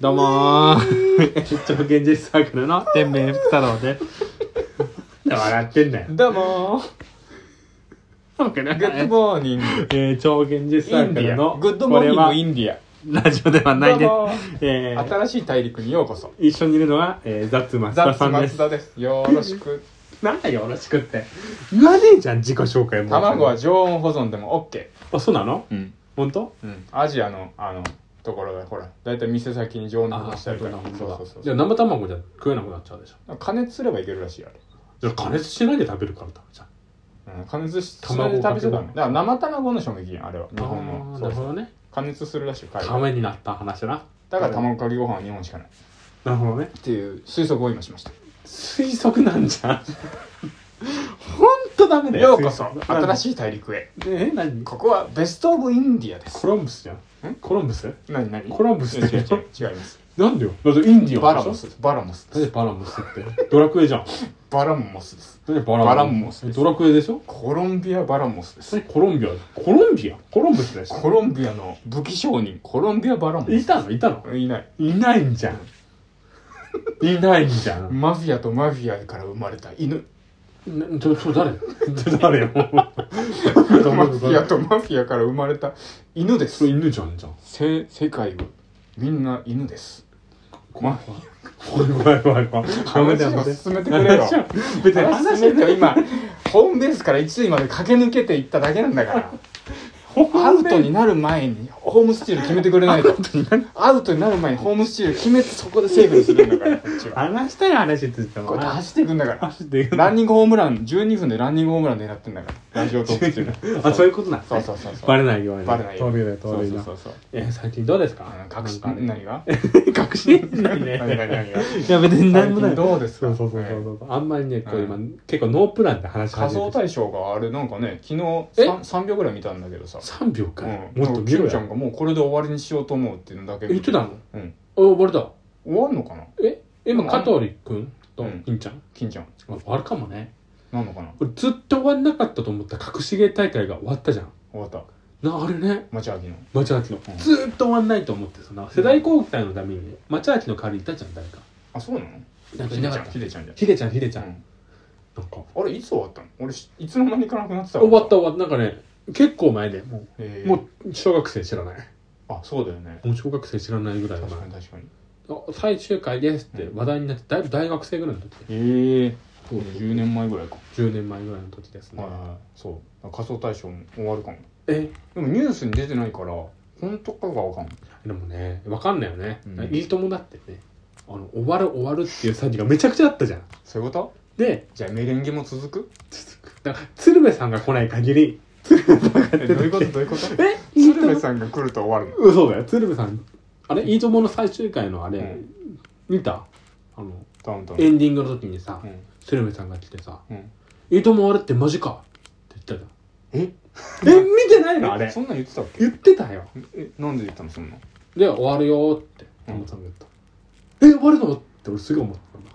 どうもー超現実サークルの 天命福太郎で笑ってんだよどうもーなんかなんグかッドねモーニングえー超現実サインークディルアのグッドモーニこングれイはンディアラジオではないでどうもす、えー、新しい大陸にようこそ一緒にいるのは、えー、ザッツ松ザ田ッツさんで松す田ですよろしくなんだよよろしくって言わねえじゃん自己紹介も卵は常温保存でも OK あそうなのうん本当うんアジアのあのところでほら大体店先に常温で保存してあるからそうそうそうじゃあ生卵じゃ食えなくなっちゃうでしょ加熱すればいけるらしいよじゃあ加熱しないで食べるから食べちゃうあれ、うん、加熱してそれ卵でかけ食べちゃダメだから生卵の賞味期限あれは日本あのーそなうるそほうどね加熱するらしいよ海た外めになった話なだから卵かけご飯は日本しかないなるほどねっていう推測を今しました推測なんじゃんほんとダメだよようこそ新いしい大陸へえ何コここはベスト・オブ・インディアですロンブスじゃんんコロンブス何何コロンブスって違う違う違う違いますなんでよだってインディアンでしょバラモスバラモスなんでバラモスってドラクエじゃんバラモスですなんでバラバラモスえドラクエでしょコロンビア・バラモスでそれすコロンビアコロンビアコロンブスでしょコロンビアの武器商人コロンビア・バラモいスたのいたのいないいないんじゃんいないんじゃんマフィアとマフィアから生まれた犬なちょちょ誰誰よマフィアとマフィアから生まれた犬でそすれ犬じゃんじゃんせ世界はみんな犬ですマフィア怖い怖い怖い怖い話を進めてくれよ話を別に話話しめてよ今本ベースから一塁まで駆け抜けていっただけなんだからアウトになる前にホームスチール決めてくれないとアウトになる前にホームスチール決めてそこでセーフにするんだからこっちは話したい話って言ってこうやっても走っていくんだから話で ランニングホームラン12分でランニングホームラン狙ってんだからラジオトークっていうのあそういうことなんそうそうそうそうバレないようにバレないよ飛びだそ飛うびそうだそうそうえ最近どうですかあの隠しなんかね何が 隠しないね何が何がいや別に何もない最近どうですかそうそうそうそうそうあんまりねこう今う結構ノープランで話し仮始想めて大賞があれなんかね昨日 3, 3秒ぐらい見たんだけどさ3秒かようん、もっと見ろキムちゃんよがもうこれで終わりにしようと思うっていうのだけ言ってたのうんあ終わりだ終わんのかなえ今うん香取君とうん金ちゃん金ちゃんあ終わるかもねなんのかな俺ずっと終わんなかったと思った隠し芸大会が終わったじゃん終わったなあれね町明の町明の、うんずーっと終わんないと思ってその世代交代のために町明の代わりにいたじゃん誰かあそうなのなんかいなかったひでちゃんじゃんひでちゃんひでちじゃゃん、んなんかあれいつ終わったの俺しいつの間に行かなくなってた終わった終わったなんかね結構前でもう,、えもう小学生知らないあそうだよねもう小学生知らないぐらい確のかに確かにあ最終回ですって話題になってだいぶ大学生ぐらいの時ええ10年前ぐらいか10年前ぐらいの時ですね、はいはいそう仮想大賞も終わるかもえでもニュースに出てないから本当かがわかんないでもねわかんないよね、うんいいともだってねあの終わる終わるっていう詐欺がめちゃくちゃあったじゃんそういうことでじゃあメレンゲも続くだから鶴瓶さんが来ない限りえどういうことどういうこと え鶴瓶さんが来ると終わるの嘘だよ鶴瓶さんあれ「いいとも!」の最終回のあれ、うん見たあのダウンタウンエンディングの時にさ、うん鶴瓶さんが来てさうん「いいとも!」あれってマジかって言ったじゃんええ見てないのあえれそんなん言ってたっけ言ってたよえなんで言ったのそんなんで終わるよーってうん山本さんが言った、え終わるのって俺すぐ思ったんだ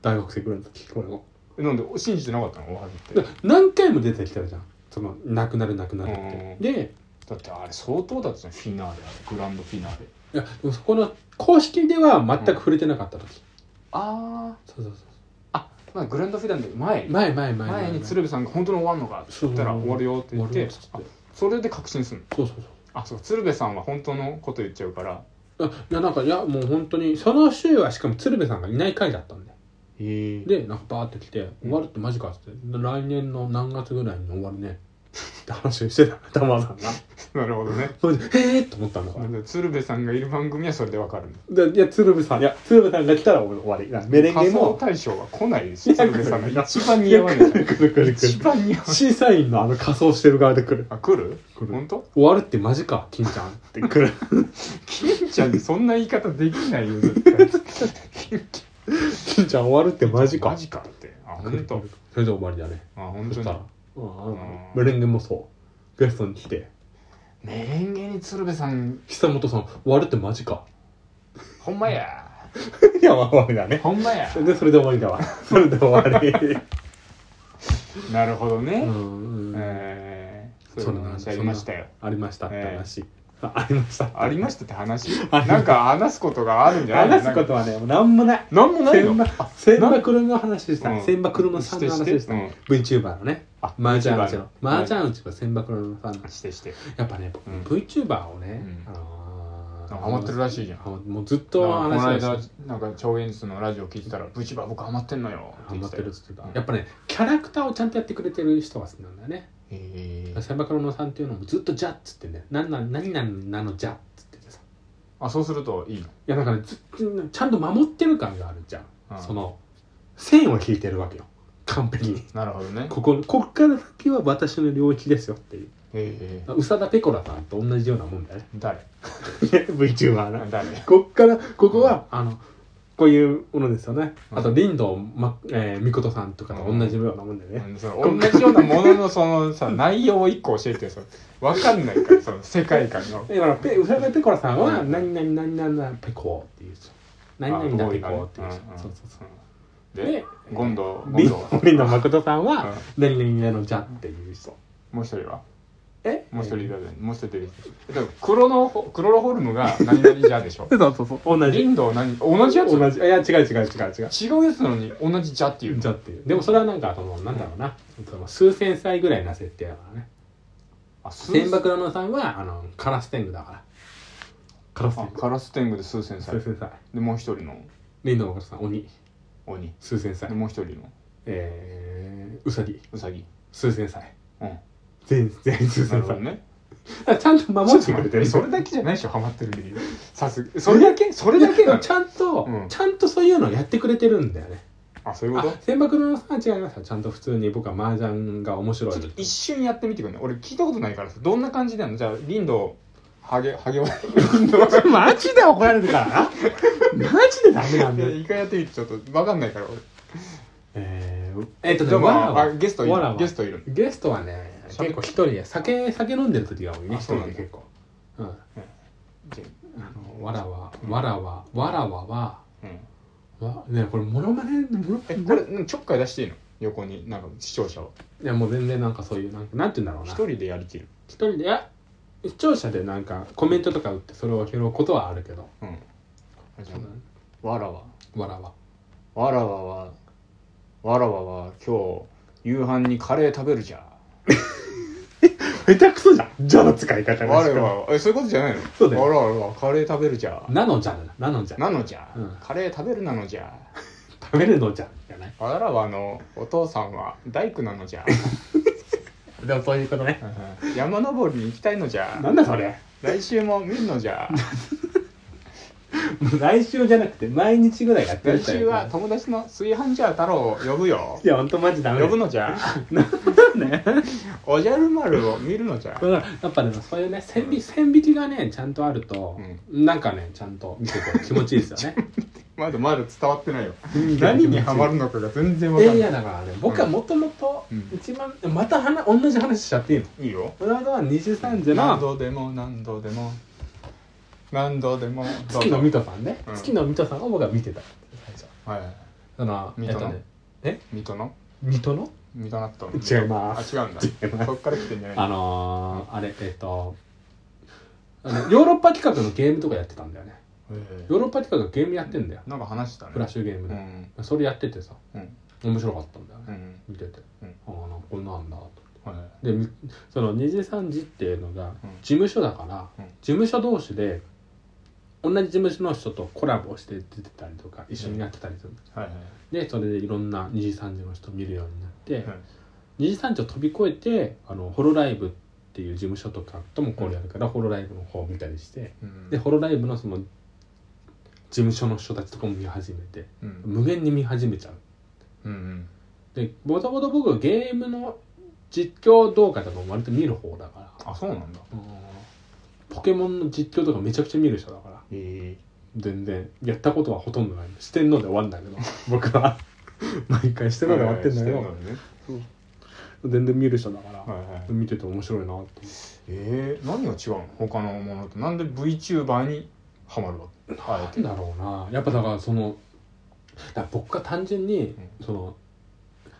大学生ぐらいの時これをえなんで信じてなかったの終わるってで何回も出てきたじゃんそのなくなるなくなるっうんてでだってあれ相当だったじゃんフィナーレあれグランドフィナーレいやでもそこの公式では全く触れてなかった時、あそうそうそうあまあグランドフィナーレ前前前前前に鶴瓶さんが本当に終わんのかって言ったらそう終わるよって終言わっるよてっつってあそれで確信するのそうそうそうあそう鶴瓶さんは本当のこと言っちゃうからあいやなんかいやもう本当にその週はしかも鶴瓶さんがいない回だったんでへえでなんかバーって来て「終わるってマジか」っつって「来年の何月ぐらいに終わるね」って話をしてた玉川さんがなるほどねそれで「へえ!」と思ったんだかならんで鶴瓶さんがいる番組はそれでわかるのでいや鶴瓶さんいや鶴瓶さんが来たら終わりなメレンゲ仮想も大賞は来ないでいすや鶴瓶さんが一番似合わないくるくるくるく一る番似合わない審査員のあの仮装してる側で来るあ来る来る本当「終わるってマジか金ちゃん」って来る金ちゃんにそんな言い方できないよ絶対 金ちゃん終わるってマジかマジかってあ本当それで終わりだねあそ本当しにたらうんうんうんメレンゲもそうゲストに来てメレンゲに鶴瓶さん久本さん「終わるってマジか」ほんまや いや、まあ終わりだね。ほんまやで、それで終わりだわ。 それで終わり。なるほどね、うん、うんえーそういう話ありましたよありましたってええ話。ありましたありましたって話ありまなんか話すことがあるんじゃない話すことはねもう何もないなんかなんも千ないの葉千葉車の話でした、うん千葉車さんの話でした、して VTuber のねあマージャンうち VTuber ののマージャンうちは千葉車のさんのしてしてやっぱね、僕うん VTuber をね、うんあのなんかハマってるらしいじゃんハマもうずっこと話のして間ましなんか超現実のラジオ聞いてたら「ブチバ僕ハマってんのよ」たハマってるっ言つってた、うんやっぱねキャラクターをちゃんとやってくれてる人が好きなんだよねえ千葉車さんっていうのもずっと「じゃ」っつってね「何々何々なのじゃ」っつっててさあそうするといいいのやだからずっとちゃんと守ってる感があるじゃん、うんその線を引いてるわけよ完璧になるほどね こここっから先は私の領域ですよっていうええ宇佐田ペコラさんと同じようなもんだよね誰 VTuber な誰こっからここは、あのこういうものですよね、うんあと林道、まえー、美琴さんとかと同じようなもんだよね、その同じようなもののそのさ内容を一個教えてよそのわかんないからその世界観のだからペ宇佐田ペコラさんは「うん何々何々々ペコ」っていう人何々だペコ」っていう人、そうあボーイがねうんうんそうそううでんで今度今林度道林道誠さんは「何々々のじゃ」っていう人もう一人はえもう一人だねもう一人出てきてでもクロノホクロロホルムが何々じゃでしょそうそうそう同リじンドウ何同じやつ同じいや違う違う違う違う違うやつなのに同じじゃっていうじゃのっていうでもそれはなんかそのなんだろうな、その数千歳ぐらいな設定だからねあ数千葉のさんはあのカラステングだからカラステンあグカラス天狗で数千歳数千歳でもう一人のリンドマカさん鬼鬼数千歳でもう一人のえー、ウサギウサギ数千歳うん全全員数な千るほど歳、ねだからちゃんと守ってくれてる それだけじゃないでしょハマってる理由さすがそれだけそれだけいやなのちゃんと、うんちゃんとそういうのをやってくれてるんだよねあそういうこあと千葉のさんは違いますよちゃんと普通に僕は麻雀が面白いちょっと一瞬やってみてくれない俺聞いたことないからさどんな感じなのじゃあリンドウハゲハ ゲはリンドウ マジで怒られるからなマジでダメなんだよ一回やってみてちょっと分かんないから俺えー、えっとねでもわらあはあゲストいわらるはゲストいるゲストはね喋っ結構一人で酒酒飲んでる時が多いねあ一そう人なんでだ結構うんあじゃのわらわわらわわらわはあうんわねこれモノマネモノえこれうんちょっかい出していいの横になんか視聴者をいやもう全然なんかそういうなんかなんて言うんだろうな一人でやりきる一人でいや視聴者でなんかコメントとか打ってそれを拾うことはあるけどうんあじゃそうだねあわらわわらわわらわはわらわは今日夕飯にカレー食べるじゃ下手くそじゃん「じゃ」の使い方わらわはえそういうことじゃないのそうだよわらわはカレー食べるじゃなのじゃなのじゃなのじゃ、うんカレー食べるなのじゃ食べるのじゃじゃないわらわのお父さんは大工なの じゃでもそういうことねうん山登りに行きたいのじなゃんだそれ来週も見るのじゃもう来週じゃなくて毎日ぐらいやってる来週は友達の炊飯ジャー太郎を呼ぶよいや本当マジダメ呼ぶのじゃねおじゃる丸を見るのじゃだからやっぱでもそういうね線引線引きがねちゃんとあると、なんかねちゃんと見てこう気持ちいいですよねまだまだ伝わってないよ 何にハマるのかが全然わいかやんいないやだからね僕はもともとうん一番また話同じ話しちゃっていいのいいよこの間は23時の何度でも何度でも何度でもどう月ぞ野水戸さんね、うん月野水戸さんを僕は見てた最初はいその水戸のえっとねえ水戸の水戸の水戸納豆違いますあ違うんだ違いますそっから来てんじゃないあのー、あれえっとあのヨーロッパ企画のゲームとかやってたんだよねえヨーロッパ企画ゲームやってんだよえなんか話したねフラッシュゲームうで、んそれやっててさうん面白かったんだよね、う見んてて、うんああなんかこんなんだとはでみその二次三次っていうのがうん事務所だから、うん事務所同士で同じ事務所の人とコラボして出てたりとか一緒にやってたりする、いはいはいでそれでいろんな二次三次の人見るようになって、はい二次三次を飛び越えてあのホロライブっていう事務所とかとも交流あるから、ホロライブの方を見たりしてうんでホロライブのその事務所の人たちとかも見始めてうん無限に見始めちゃううんでもともと僕はゲームの実況動画とかも割と見る方だからあそうなんだポケモンの実況とかめちゃくちゃ見る人だからええ全然やったことはほとんどないしてんので終わんだけど僕 は毎回してんので終わってんだけはいどはいしてんのね全然見る人だから、はいはい見てて面白いなと思ってええ何が違うの他のものとなんで VTuber にハマるわけあえてなんだろうなやっぱだからそのだから僕が単純にその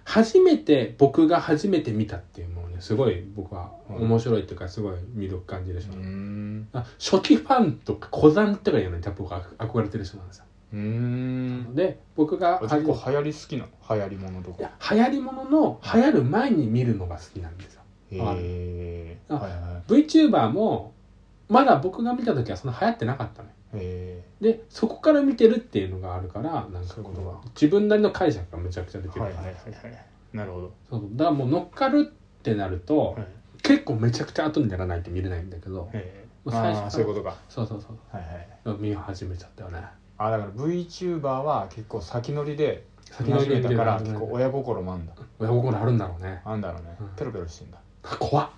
初めて僕が初めて見たっていうものねすごい僕は面白いっていうかすごい魅力感じる人うなの、んあ初期ファンとか古参とかいうのに多分僕は憧れてる人なんですよ、うんで僕があ結構流行り好きなの流行りものといかや流行りものの流行る前に見るのが好きなんですよへあるえあはいは VTuber もまだ僕が見た時はそんな流行ってなかったのよいへでそこから見てるっていうのがあるからなんかそういうこことかう自分なりの解釈がめちゃくちゃできえる、はいはいはいはいなるほどそうだからもう乗っかるってなると、はい結構めちゃくちゃ後にならないと見れないんだけど、へえもう最初あかあらそういうことかそうそうそうはいはい見始めちゃったよねあだから VTuber は結構先乗りで先始のめ見たたから結構親心もあんだ親心あるんだろうねあんだろうねうんペロペロしてんだ怖っ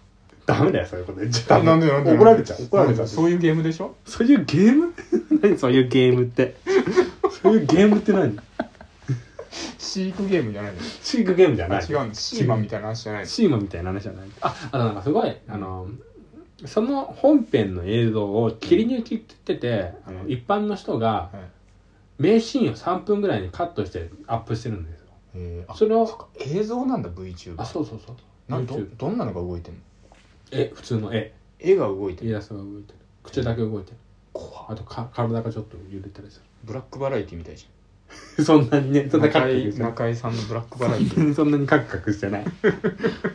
ダメだよそういうこと言っちゃなんでなんで怒られちゃう怒られちゃうそういうゲームでしょそういうゲー ム何そういうゲームって そういうゲームって何飼育ゲームじゃないのシークゲームじゃない違うんだシーマみたいな話じゃないのシーマみたいな話じゃないああとなんかすごいあのその本編の映像を切り抜きって言ってて、あの一般の人がはい名シーンを3分ぐらいにカットしてアップしてるんですよえーあそれをそっか映像なんだあ VTuber そうそうそうなんど YouTube どんなのが動いてんのえ普通の絵絵が動いてイるラストが動いてる口だけ動いてる怖あとか体がちょっと揺れたりすブラックバラエティみたいじる そんなにねゃそんんなカ中クカク井してな中井さんのブラックバラエ ティいそんなにカクカクして ないま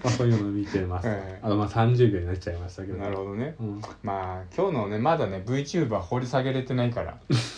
あそういうの見てます、ええあとまあ30秒になっちゃいましたけどなるほどねうんまあ今日のねまだね VTuber 掘り下げれてないから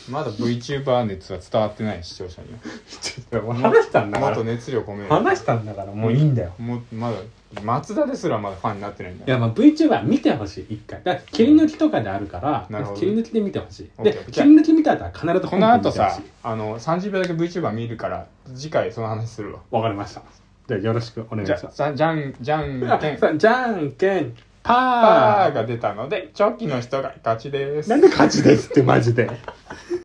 まだ VTuber 熱は伝わってない視聴者には ちょっと話したんだもかっとら熱量込める話したんだからもういいんだよもうまだ松田ですらまだファンになってないんだいやまあ VTuber 見てほしい一回だから切り抜きとかであるから、なるほど切り抜きで見てほしいオッケでー切り抜き見た後は必ずこ本の編見て後ほしいさあの30秒だけ VTuber 見るから次回その話するわわかりましたじゃあよろしくお願いしじゃますじゃじゃんじゃん けんさあじゃんけんパパーが出たのでチョキの人が勝ちですなんで勝ちですってマジで